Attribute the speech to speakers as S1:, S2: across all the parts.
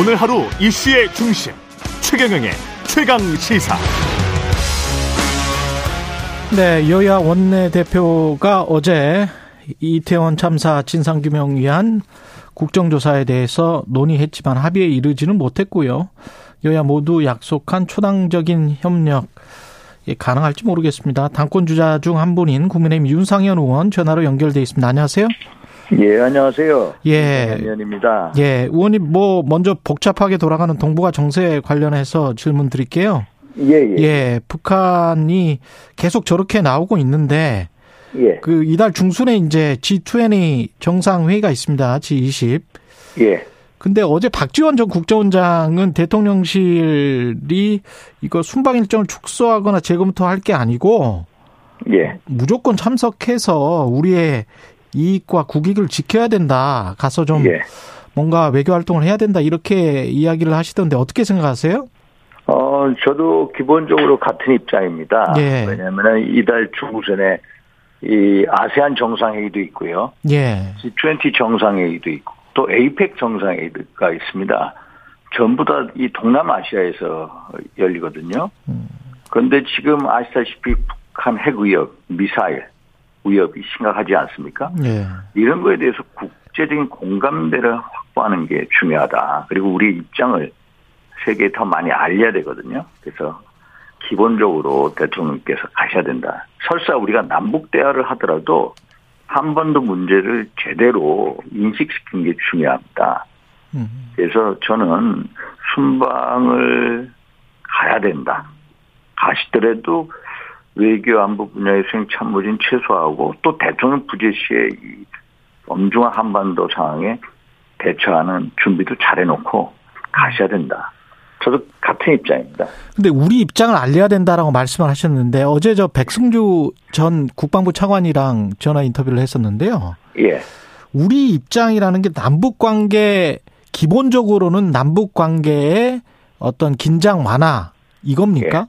S1: 오늘 하루 이슈의 중심 최경영의 최강 시사.
S2: 네, 여야 원내대표가 어제 이태원 참사 진상규명 위한 국정조사에 대해서 논의했지만 합의에 이르지는 못했고요. 여야 모두 약속한 초당적인 협력 예, 가능할지 모르겠습니다. 당권 주자 중 한 분인 국민의힘 윤상현 의원 전화로 연결돼 있습니다. 안녕하세요.
S3: 예, 안녕하세요.
S2: 예.
S3: 의원입니다.
S2: 예, 의원님 뭐 먼저 복잡하게 돌아가는 동북아 정세 관련해서 질문 드릴게요.
S3: 예, 예. 예.
S2: 예, 북한이 계속 저렇게 나오고 있는데
S3: 예.
S2: 그 이달 중순에 이제 G20 정상회의가 있습니다. G20.
S3: 예,
S2: 근데 어제 박지원 전 국정원장은 대통령실이 이거 순방 일정을 축소하거나 재검토할 게 아니고
S3: 예.
S2: 무조건 참석해서 우리의 이익과 국익을 지켜야 된다. 가서 좀
S3: 예.
S2: 뭔가 외교 활동을 해야 된다. 이렇게 이야기를 하시던데 어떻게 생각하세요?
S3: 어, 저도 기본적으로 같은 입장입니다.
S2: 예.
S3: 왜냐면은 이달 중순에 이 아세안 정상회의도 있고요.
S2: 예.
S3: G20 정상회의도 있고 또 에이펙 정상회의가 있습니다. 전부 다 이 동남아시아에서 열리거든요. 그런데 지금 아시다시피 북한 핵 위협, 미사일 위협이 심각하지 않습니까?
S2: 예.
S3: 이런 거에 대해서 국제적인 공감대를 확보하는 게 중요하다. 그리고 우리의 입장을 세계에 더 많이 알려야 되거든요. 그래서 기본적으로 대통령께서 가셔야 된다. 설사 우리가 남북 대화를 하더라도 한 번도 문제를 제대로 인식시킨 게 중요합니다.
S2: 음.
S3: 그래서 저는 순방을 가야 된다. 가시더라도 외교 안보 분야의 수행 참모진 최소화하고 또 대통령 부재시에 이 엄중한 한반도 상황에 대처하는 준비도 잘 해놓고 가셔야 된다. 저도 같은 입장입니다.
S2: 근데 우리 입장을 알려야 된다라고 말씀을 하셨는데 어제 저 백승주 전 국방부 차관이랑 전화 인터뷰를 했었는데요.
S3: 예,
S2: 우리 입장이라는 게 남북 관계 기본적으로는 남북 관계의 어떤 긴장 완화 이겁니까?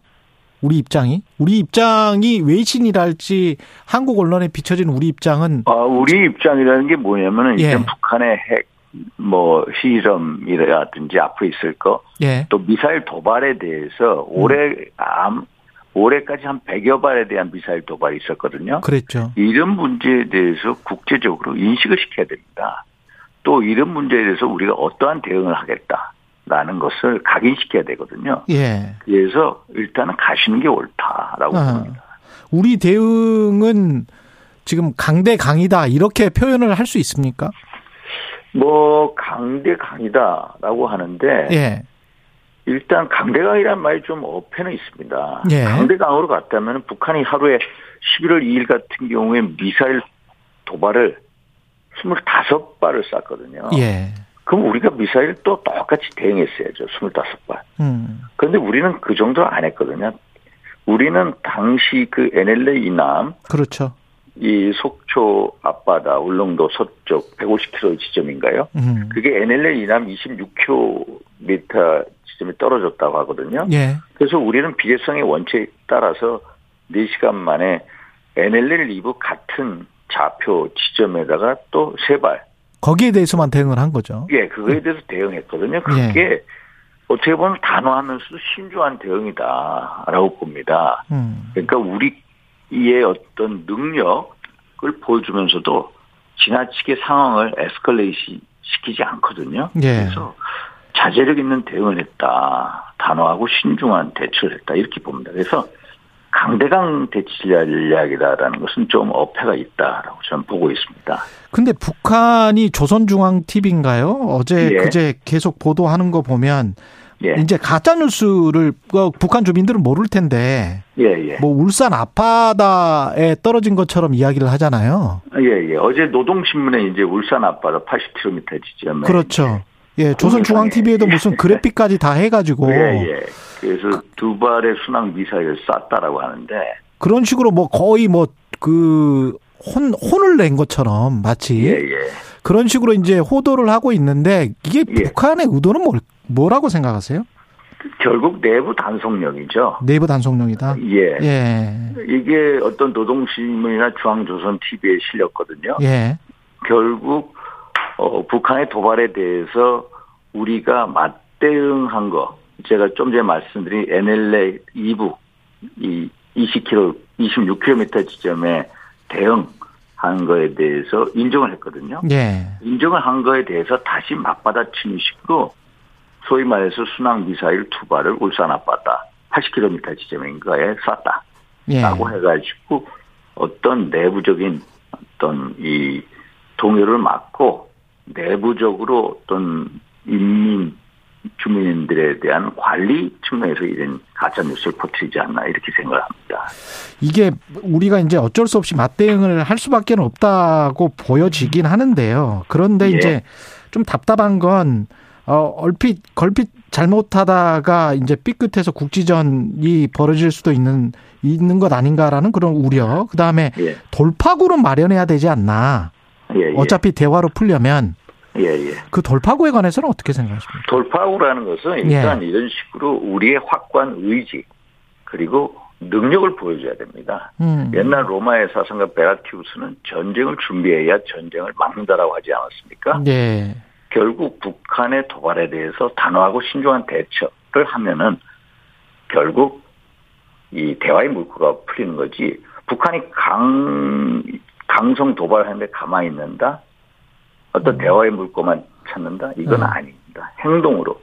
S2: 우리 입장이 우리 입장이 외신이랄지 한국 언론에 비춰진 우리 입장은
S3: 아, 우리 입장이라는 게 뭐냐면은
S2: 예.
S3: 일단 북한의 핵 뭐 시점이라든지 앞으로 있을 거
S2: 예.
S3: 또 미사일 도발에 대해서 올해 암 올해까지 한 100여 발에 대한 미사일 도발이 있었거든요.
S2: 그랬죠.
S3: 이런 문제에 대해서 국제적으로 인식을 시켜야 됩니다. 또 이런 문제에 대해서 우리가 어떠한 대응을 하겠다라는 것을 각인시켜야 되거든요.
S2: 예.
S3: 그래서 일단은 가시는 게 옳다라고
S2: 아.
S3: 봅니다.
S2: 우리 대응은 지금 강대 강이다 이렇게 표현을 할 수 있습니까?
S3: 뭐 강대강이다라고 하는데
S2: 예.
S3: 일단 강대강이란 말이 좀 어폐는 있습니다.
S2: 예.
S3: 강대강으로 갔다면 북한이 하루에 11월 2일 같은 경우에 미사일 도발을 25발을 쐈거든요.
S2: 예.
S3: 그럼 우리가 미사일 또 똑같이 대응했어야죠. 25발.
S2: 음.
S3: 그런데 우리는 그 정도 안 했거든요. 우리는 당시 그 NLA 이남,
S2: 그렇죠.
S3: 이 속초 앞바다, 울릉도 서쪽 150km 지점인가요?
S2: 음.
S3: 그게 NLA 이남 26km 지점에 떨어졌다고 하거든요.
S2: 예.
S3: 그래서 우리는 비례성의 원칙에 따라서 4시간 만에 NLL 2부 같은 좌표 지점에다가 또 세발,
S2: 거기에 대해서만 대응을 한 거죠.
S3: 예, 그거에 대해서 대응했거든요. 그게 어떻게 보면 단호하면서도 신중한 대응이다라고 봅니다.
S2: 음.
S3: 그러니까 우리의 어떤 능력을 보여주면서도 지나치게 상황을 에스컬레이시 시키지 않거든요.
S2: 예.
S3: 그래서 자제력 있는 대응을 했다. 단호하고 신중한 대처를 했다. 이렇게 봅니다. 그래서 강대강 대치 전략이다라는 것은 좀 어폐가 있다라고 저는 보고 있습니다.
S2: 근데 북한이 조선중앙 TV인가요? 어제
S3: 예.
S2: 그제 계속 보도하는 거 보면
S3: 예,
S2: 이제 가짜 뉴스를 그 북한 주민들은 모를 텐데
S3: 예, 예.
S2: 뭐 울산 앞바다에 떨어진 것처럼 이야기를 하잖아요.
S3: 예, 예. 어제 노동신문에 이제 울산 앞바다 80km 지점에.
S2: 그렇죠. 예, 조선중앙 TV에도 무슨 그래픽까지 다 해가지고
S3: 네. 예, 예. 그래서 두 발의 순항 미사일을 쐈다라고 하는데.
S2: 그런 식으로 뭐 거의 뭐 그 혼, 혼을 낸 것처럼 마치
S3: 예, 예.
S2: 그런 식으로 이제 호도를 하고 있는데 이게
S3: 예.
S2: 북한의 의도는 뭘, 뭐라고 생각하세요?
S3: 결국 내부 단속령이죠.
S2: 네이버 단속령이다.
S3: 예.
S2: 예.
S3: 이게 어떤 노동신문이나 중앙조선 TV에 실렸거든요.
S2: 예.
S3: 결국 어, 북한의 도발에 대해서 우리가 맞, 대응한 거 제가 좀 전에 말씀드린 NLA 2부 이 20km 26km 지점에 대응한 거에 대해서 인정을 했거든요.
S2: 예.
S3: 인정을 한 거에 대해서 다시 맞받아치는 식으로 소위 말해서 순항 미사일 두 발을 울산 앞바다 80km 지점인가에 쐈다.
S2: 예.
S3: 라고 해가지고 어떤 내부적인 어떤 이 동요를 막고 내부적으로 어떤 인민 주민들에 대한 관리 측면에서 이런 가짜 뉴스를 퍼뜨리지 않나 이렇게 생각을 합니다.
S2: 이게 우리가 이제 어쩔 수 없이 맞대응을 할 수밖에 없다고 보여지긴 하는데요. 그런데
S3: 예.
S2: 이제 좀 답답한 건 어, 얼핏 걸핏 잘못하다가 이제 삐끗해서 국지전이 벌어질 수도 있는 있는 것 아닌가라는 그런 우려. 그 다음에
S3: 예,
S2: 돌파구로 마련해야 되지 않나.
S3: 예, 예.
S2: 어차피 대화로 풀려면
S3: 예, 예.
S2: 그 돌파구에 관해서는 어떻게 생각하십니까?
S3: 돌파구라는 것은 일단 이런 식으로 우리의 확고한 의지 그리고 능력을 보여줘야 됩니다.
S2: 음.
S3: 옛날 로마의 사상가 베라티우스는 전쟁을 준비해야 전쟁을 막는다라고 하지 않았습니까?
S2: 예.
S3: 결국 북한의 도발에 대해서 단호하고 신중한 대처를 하면은 결국 이 대화의 물꼬가 풀리는 거지. 북한이 강 강성 도발하는데 가만히 있는다. 어떤 대화의 물꼬만 찾는다. 이건
S2: 음.
S3: 아닙니다. 행동으로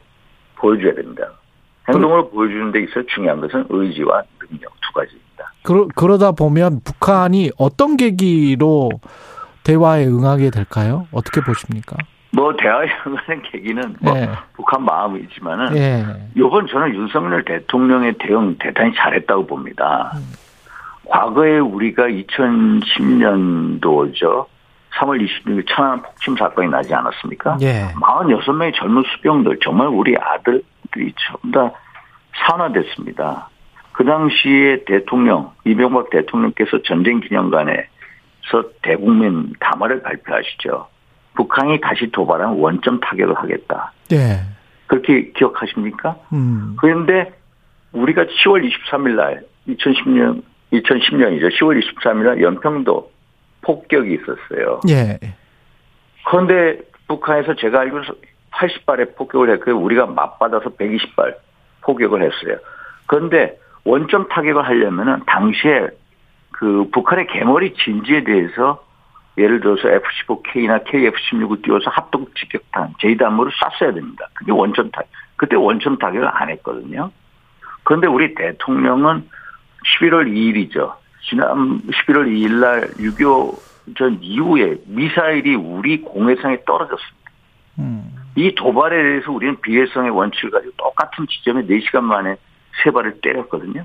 S3: 보여줘야 됩니다. 행동으로 보여주는 데 있어 중요한 것은 의지와 능력 두 가지입니다.
S2: 그러, 그러다 보면 북한이 어떤 계기로 대화에 응하게 될까요? 어떻게 보십니까?
S3: 뭐 대화에 관한 계기는 뭐
S2: 예.
S3: 북한 마음이지만은
S2: 예.
S3: 요번 저는 윤석열 대통령의 대응 대단히 잘했다고 봅니다. 과거에 우리가 2010년도죠. 3월 26일 천안 폭침 사건이 나지 않았습니까?
S2: 예.
S3: 46명의 젊은 수병들, 정말 우리 아들들이 전부 다 산화됐습니다. 그 당시에 대통령, 이명박 대통령께서 전쟁 기념관에서 대국민 담화를 발표하시죠. 북한이 다시 도발한 원점 타격을 하겠다.
S2: 예.
S3: 그렇게 기억하십니까?
S2: 음.
S3: 그런데 우리가 10월 23일 날 2010년 2010년이죠. 10월 23일 날 연평도 폭격이 있었어요.
S2: 예.
S3: 그런데 북한에서 제가 알기로 80발의 폭격을 했고 우리가 맞받아서 120발 폭격을 했어요. 그런데 원점 타격을 하려면은 당시에 그 북한의 개머리 진지에 대해서 예를 들어서 F-15K나 KF-16을 띄워서 합동 직격탄, 제이담으로 쐈어야 됩니다. 그게 원점 타격. 그때 원점 타격을 안 했거든요. 그런데 우리 대통령은 11월 2일이죠. 지난 11월 2일 날 6.25 전 이후에 미사일이 우리 공해상에 떨어졌습니다.
S2: 음.
S3: 이 도발에 대해서 우리는 비해성의 원칙을 가지고 똑같은 지점에 4시간 만에 세 발을 때렸거든요.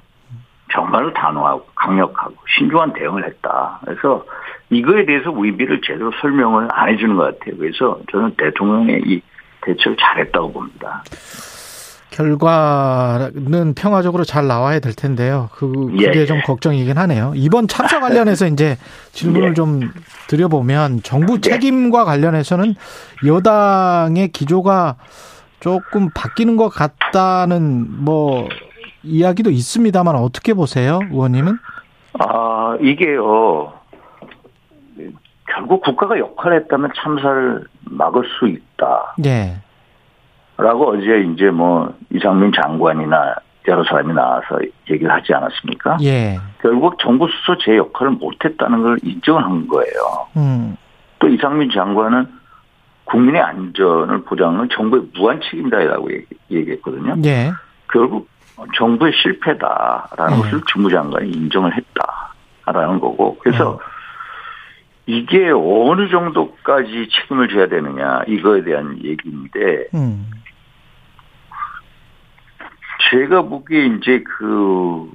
S3: 정말로 단호하고 강력하고 신중한 대응을 했다. 그래서 이거에 대해서 의미를 제대로 설명을 안 해주는 것 같아요. 그래서 저는 대통령의 이 대처를 잘했다고 봅니다.
S2: 결과는 평화적으로 잘 나와야 될 텐데요. 그, 그게
S3: 예.
S2: 좀 걱정이긴 하네요. 이번 참사 관련해서 이제 질문을
S3: 예.
S2: 좀 드려보면 정부 책임과 관련해서는 여당의 기조가 조금 바뀌는 것 같다는 뭐 이야기도 있습니다만 어떻게 보세요, 의원님은?
S3: 아, 이게요. 결국 국가가 역할을 했다면 참사를 막을 수 있다.
S2: 예.
S3: 라고 어제 이제 뭐 이상민 장관이나 여러 사람이 나와서 얘기를 하지 않았습니까?
S2: 예.
S3: 결국 정부 수소 제 역할을 못했다는 걸 인정을 한 거예요.
S2: 음.
S3: 또 이상민 장관은 국민의 안전을 보장하는 정부의 무한 책임이다라고 얘기- 얘기했거든요.
S2: 예.
S3: 결국 정부의 실패다라는
S2: 네.
S3: 것을 주무장관이 인정을 했다라는 거고 그래서 이게 어느 정도까지 책임을 져야 되느냐 이거에 대한 얘기인데
S2: 음.
S3: 제가 보기에 이제 그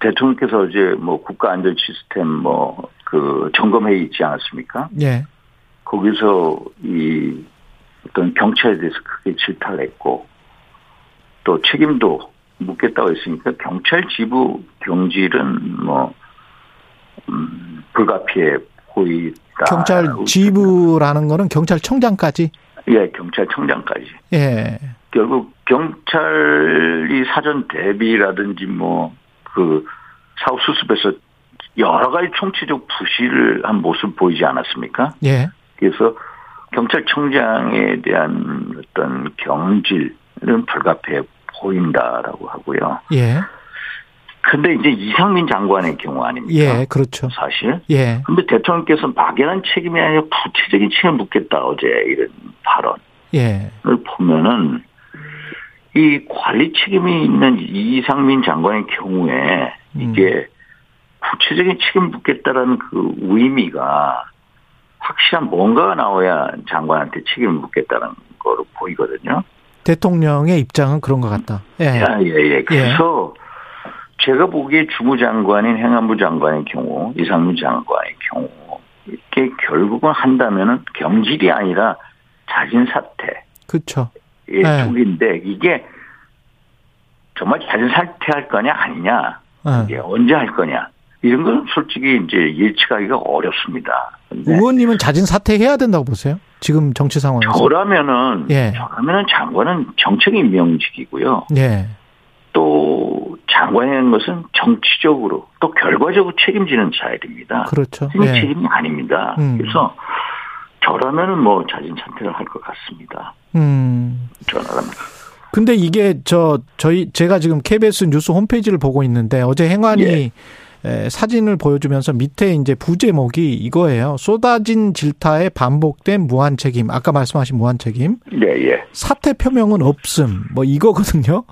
S3: 대통령께서 어제 뭐 국가 안전 시스템 뭐 그 점검회의 있지 않았습니까?
S2: 예.
S3: 거기서 이 어떤 경찰에 대해서 크게 질타를 했고 또 책임도 묻겠다고 했으니까 경찰 지부 경질은 뭐 음, 불가피해 보이다.
S2: 경찰 지부라는 거는 경찰청장까지.
S3: 예, 경찰청장까지.
S2: 예.
S3: 결국 경찰이 사전 대비라든지 뭐 그 사후 수습에서 여러 가지 총체적 부실을 한 모습 보이지 않았습니까?
S2: 예.
S3: 그래서 경찰청장에 대한 어떤 경질 는 불가피해 보인다라고 하고요.
S2: 예.
S3: 근데 이제 이상민 장관의 경우 아닙니까?
S2: 예, 그렇죠.
S3: 사실.
S2: 예.
S3: 근데 대통령께서 막연한 책임이 아니라 구체적인 책임을 묻겠다 어제 이런 발언을
S2: 예.
S3: 보면은 이 관리 책임이 있는 이상민 장관의 경우에
S2: 음.
S3: 이게 구체적인 책임 을 묻겠다라는 그 의미가 확실한 뭔가가 나와야 장관한테 책임을 묻겠다는 거로 보이거든요.
S2: 대통령의 입장은 그런 것 같다. 예.
S3: 아, 예, 예. 그래서 제가 보기에 주무장관인 행안부 장관의 경우, 이상민 장관의 경우, 이게 결국은 한다면은 경질이 아니라 자진 사퇴의
S2: 그렇죠. 네.
S3: 쪽인데 이게 정말 자진 사퇴할 거냐 아니냐,
S2: 예.
S3: 이게 언제 할 거냐 이런 건 솔직히 이제 예측하기가 어렵습니다. 근데
S2: 의원님은 자진 사퇴해야 된다고 보세요? 지금 정치 상황에서.
S3: 저라면은
S2: 예.
S3: 저라면은 장관은 정책인 명직이고요.
S2: 예.
S3: 또 장관이라는 것은 정치적으로 또 결과적으로 책임지는 자일입니다.
S2: 그렇죠.
S3: 그
S2: 예.
S3: 책임이 아닙니다.
S2: 음.
S3: 그래서 저라면은 뭐 자진 선택을 할 것 같습니다.
S2: 음.
S3: 저라면
S2: 근데 이게 저 저희 제가 지금 KBS 뉴스 홈페이지를 보고 있는데 어제 행안이
S3: 예.
S2: 에, 사진을 보여주면서 밑에 이제 부제목이 이거예요. 쏟아진 질타에 반복된 무한 책임. 아까 말씀하신 무한 책임.
S3: 예예
S2: 사퇴 표명은 없음. 뭐 이거거든요.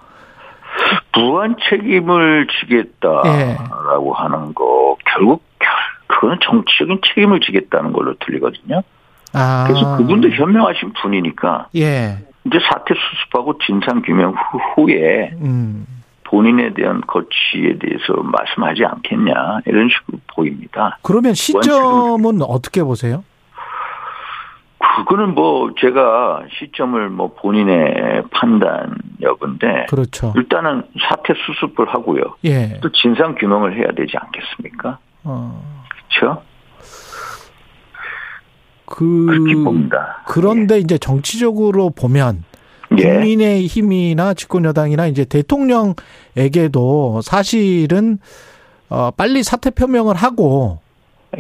S3: 무한 책임을 지겠다라고
S2: 예.
S3: 하는 거 결국 결- 그거는 정치적인 책임을 지겠다는 걸로 들리거든요.
S2: 아.
S3: 그래서 그분도 현명하신 분이니까
S2: 예.
S3: 이제 사태 수습하고 진상 규명 후- 후에
S2: 음.
S3: 본인에 대한 거취에 대해서 말씀하지 않겠냐 이런 식으로 보입니다.
S2: 그러면 시점은 어떻게 보세요?
S3: 그거는 뭐 제가 시점을 뭐 본인의 판단 여부인데
S2: 그렇죠.
S3: 일단은 사태 수습을 하고요.
S2: 예.
S3: 또 진상 규명을 해야 되지 않겠습니까?
S2: 어.
S3: 그렇죠?
S2: 그
S3: 그렇게 봅니다.
S2: 그런데 이제 정치적으로 보면
S3: 예. 예.
S2: 국민의 힘이나 집권 여당이나 이제 대통령에게도 사실은 어 빨리 사퇴 표명을 하고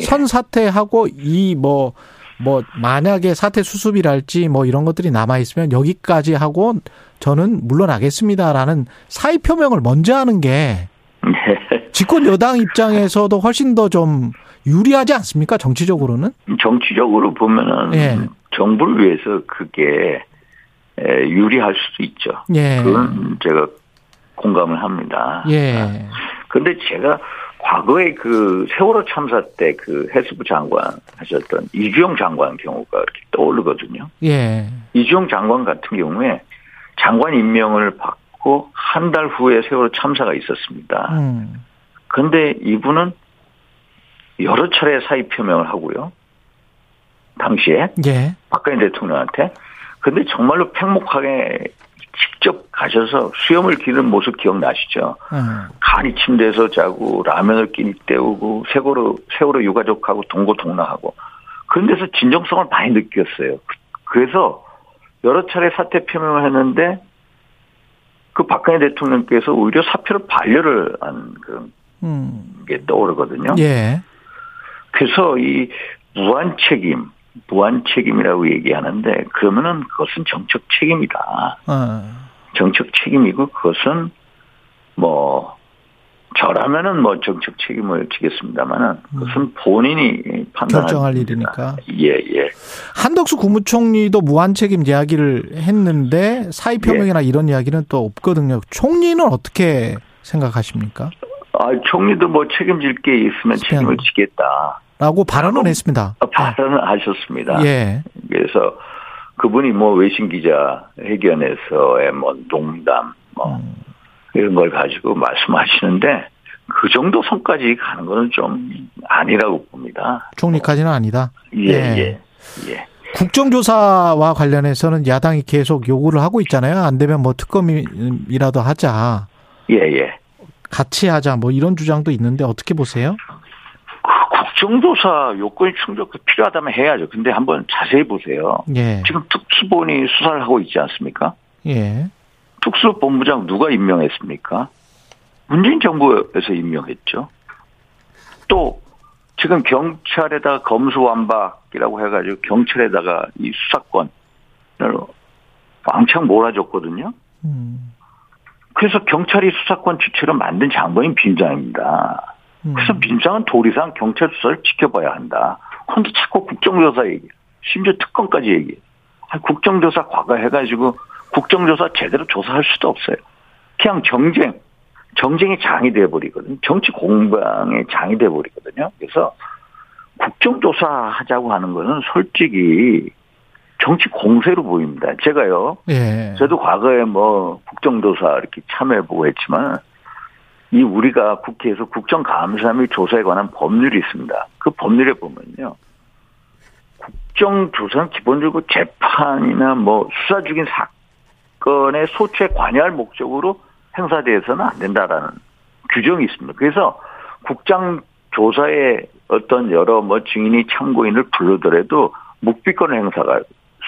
S3: 예.
S2: 선 사퇴하고 이 뭐 뭐 만약에 사퇴 수습이랄지 뭐 이런 것들이 남아 있으면 여기까지 하고 저는 물러나겠습니다라는 사의 표명을 먼저 하는 게
S3: 네.
S2: 집권 여당 입장에서도 훨씬 더 좀 유리하지 않습니까 정치적으로는
S3: 정치적으로 보면은
S2: 예.
S3: 정부를 위해서 그게 에, 유리할 수도 있죠.
S2: 예
S3: 그건 제가 공감을 합니다.
S2: 예.
S3: 근데 제가 과거에 그 세월호 참사 때 그 해수부 장관 하셨던 이주영 장관 경우가 이렇게 떠오르거든요.
S2: 예.
S3: 이주영 장관 같은 경우에 장관 임명을 받고 한 달 후에 세월호 참사가 있었습니다.
S2: 음.
S3: 근데 이분은 여러 차례 사의 표명을 하고요. 당시에
S2: 예.
S3: 박근혜 대통령한테. 근데 정말로 팽목하게 직접 가셔서 수염을 기른 모습 기억나시죠?
S2: 음.
S3: 간이 침대에서 자고 라면을 끼니 때우고 세월호 세월호 유가족하고 동고동락하고 그런 데서 진정성을 많이 느꼈어요. 그- 그래서 여러 차례 사퇴 표명을 했는데 그 박근혜 대통령께서 오히려 사표를 반려를 한 그런
S2: 음.
S3: 게 떠오르거든요.
S2: 예.
S3: 그래서 이 무한 책임, 무한 책임이라고 얘기하는데 그러면은 그것은 정책 책임이다.
S2: 어.
S3: 정책 책임이고 그것은 뭐 저라면은 뭐 정책 책임을 지겠습니다만은 그것은 본인이 판단할
S2: 음. 결정할
S3: 일입니다.
S2: 일이니까.
S3: 예, 예.
S2: 한덕수 국무총리도 무한 책임 이야기를 했는데 사의 표명이나
S3: 예.
S2: 이런 이야기는 또 없거든요. 총리는 어떻게 생각하십니까?
S3: 아, 총리도 뭐 책임질 게 있으면 책임을
S2: 스팸.
S3: 지겠다.
S2: 라고 발언을 했습니다.
S3: 아, 발언을 하셨습니다.
S2: 예.
S3: 그래서 그분이 뭐 외신 기자 회견에서의 뭐 농담 뭐 이런 걸 가지고 말씀하시는데 그 정도 선까지 가는 거는 좀 아니라고 봅니다.
S2: 총리까지는 아니다.
S3: 예,
S2: 예.
S3: 예. 예.
S2: 국정조사와 관련해서는 야당이 계속 요구를 하고 있잖아요. 안 되면 뭐 특검이라도 하자.
S3: 예, 예.
S2: 같이 하자. 뭐 이런 주장도 있는데 어떻게 보세요?
S3: 그 국정조사 요건이 충족 필요하다면 해야죠. 근데 한번 자세히 보세요.
S2: 예.
S3: 지금 특수본이 수사를 하고 있지 않습니까?
S2: 예.
S3: 특수본부장 누가 임명했습니까? 문재인 정부에서 임명했죠. 또 지금 경찰에다가 검수완박이라고 해가지고 경찰에다가 이 수사권을 왕창 몰아줬거든요.
S2: 음.
S3: 그래서 경찰이 수사권 주체로 만든 장본인 빈장입니다.
S2: 음.
S3: 그래서 민주당은 도리상 경찰 수사를 지켜봐야 한다. 그런데 자꾸 국정조사 얘기, 심지어 특검까지 얘기. 아, 국정조사 과거 해가지고 국정조사 제대로 조사할 수도 없어요. 그냥 정쟁, 정쟁의 장이 돼버리거든요. 정치 공방의 장이 돼버리거든요. 그래서 국정조사 하자고 하는 거는 솔직히 정치 공세로 보입니다. 제가요,
S2: 예.
S3: 저도 과거에 뭐 국정조사 이렇게 참여해보고 했지만 이 우리가 국회에서 국정감사 및 조사에 관한 법률이 있습니다. 그 법률에 보면요. 국정조사는 기본적으로 재판이나 뭐 수사 중인 사건의 소추에 관여할 목적으로 행사돼서는 안 된다라는 규정이 있습니다. 그래서 국정조사에 어떤 여러 뭐 증인이 참고인을 불러더라도 묵비권 행사가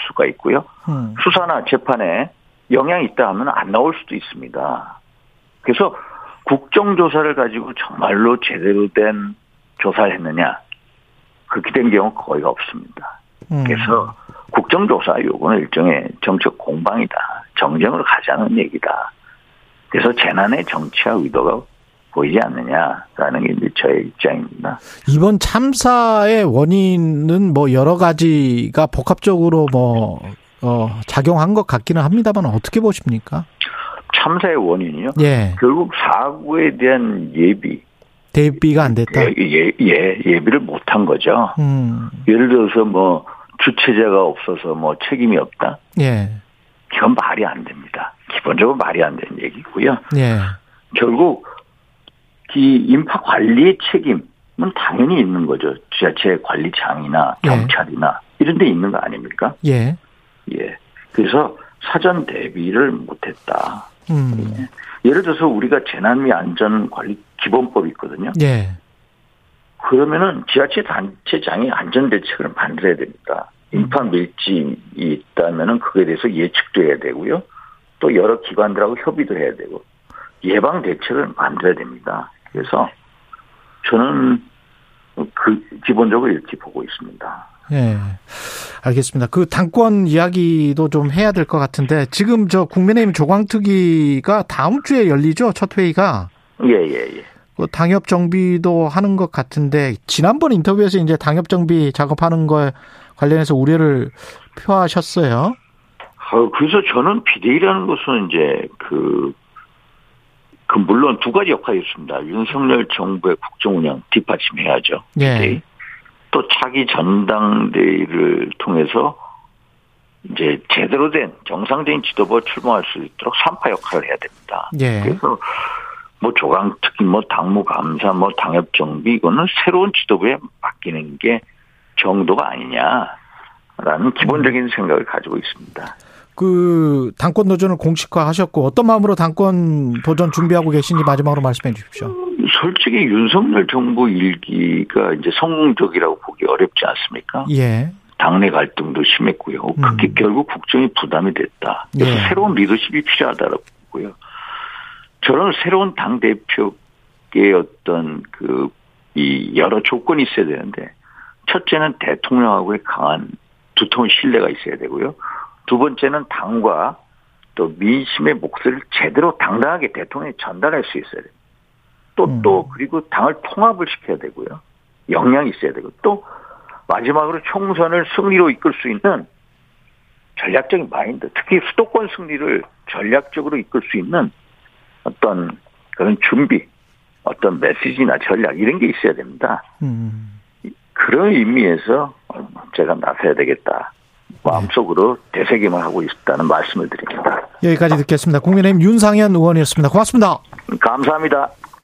S3: 수가 있고요.
S2: 음.
S3: 수사나 재판에 영향이 있다 하면 안 나올 수도 있습니다. 그래서 국정조사를 가지고 정말로 제대로 된 조사를 했느냐. 그렇게 된 경우 거의 없습니다.
S2: 음.
S3: 그래서 국정조사 요구는 일종의 정책 공방이다. 정쟁으로 가자는 얘기다. 그래서 재난의 정치와 의도가 보이지 않느냐라는 게 이제 저의 입장입니다.
S2: 이번 참사의 원인은 뭐 여러 가지가 복합적으로 뭐 어, 작용한 것 같기는 합니다만 어떻게 보십니까?
S3: 참사의 원인이요.
S2: 예.
S3: 결국 사고에 대한 예비,
S2: 대비가 안 됐다.
S3: 예, 예, 예, 예비를 못한 거죠.
S2: 음.
S3: 예를 들어서 뭐 주체자가 없어서 뭐 책임이 없다.
S2: 예.
S3: 이건 말이 안 됩니다. 기본적으로 말이 안 되는 얘기고요.
S2: 예.
S3: 결국 이 인파 관리의 책임은 당연히 있는 거죠. 지자체 관리장이나
S2: 예.
S3: 경찰이나 이런 데 있는 거 아닙니까?
S2: 예.
S3: 예. 그래서 사전 대비를 못했다.
S2: 음.
S3: 예를 들어서 우리가 재난 및 안전 관리 기본법이 있거든요.
S2: 예.
S3: 그러면은 지하철 단체장이 안전 대책을 만들어야 됩니다. 인파 밀집이 있다면은 그거에 대해서 예측도 해야 되고요. 또 여러 기관들하고 협의도 해야 되고 예방 대책을 만들어야 됩니다. 그래서 저는 그 기본적으로 이렇게 보고 있습니다.
S2: 예. 알겠습니다. 그 당권 이야기도 좀 해야 될 것 같은데 지금 저 국민의힘 조광특위가 다음 주에 열리죠 첫 회의가
S3: 예예예.
S2: 그 당협 정비도 하는 것 같은데 지난번 인터뷰에서 이제 당협 정비 작업하는 거에 관련해서 우려를 표하셨어요.
S3: 아, 그래서 저는 비대위라는 것은 이제 그, 그 물론 두 가지 역할이 있습니다. 윤석열 정부의 국정 운영 뒷받침해야죠.
S2: 예.
S3: 비대위. 네. 또 차기 전당대회를 통해서 이제 제대로 된 정상적인 지도부 출범할 수 있도록 삼파 역할을 해야 됩니다.
S2: 예.
S3: 그래서 뭐 조강 특히 뭐 당무 감사 뭐 당협 정비 이거는 새로운 지도부에 맡기는 게 정도가 아니냐라는 기본적인 생각을 가지고 있습니다.
S2: 그 당권 도전을 공식화하셨고 어떤 마음으로 당권 도전 준비하고 계신지 마지막으로 말씀해 주십시오.
S3: 솔직히 윤석열 정부 일기가 이제 성공적이라고 보기 어렵지 않습니까?
S2: 예.
S3: 당내 갈등도 심했고요. 그게
S2: 음.
S3: 결국 국정이 부담이 됐다. 그래서
S2: 예.
S3: 새로운 리더십이 필요하다라고 보고요. 저는 새로운 당 대표의 어떤 그 이 여러 조건이 있어야 되는데 첫째는 대통령하고의 강한 두터운 신뢰가 있어야 되고요. 두 번째는 당과 또 민심의 목소리를 제대로 당당하게 대통령에 전달할 수 있어야 돼요. 또, 또, 그리고 당을 통합을 시켜야 되고요. 역량이 있어야 되고, 또, 마지막으로 총선을 승리로 이끌 수 있는 전략적인 마인드, 특히 수도권 승리를 전략적으로 이끌 수 있는 어떤 그런 준비, 어떤 메시지나 전략, 이런 게 있어야 됩니다.
S2: 음.
S3: 그런 의미에서 제가 나서야 되겠다. 마음속으로 되새김을 하고 있다는 말씀을 드립니다.
S2: 여기까지 듣겠습니다. 국민의힘 윤상현 의원이었습니다. 고맙습니다.
S3: 감사합니다.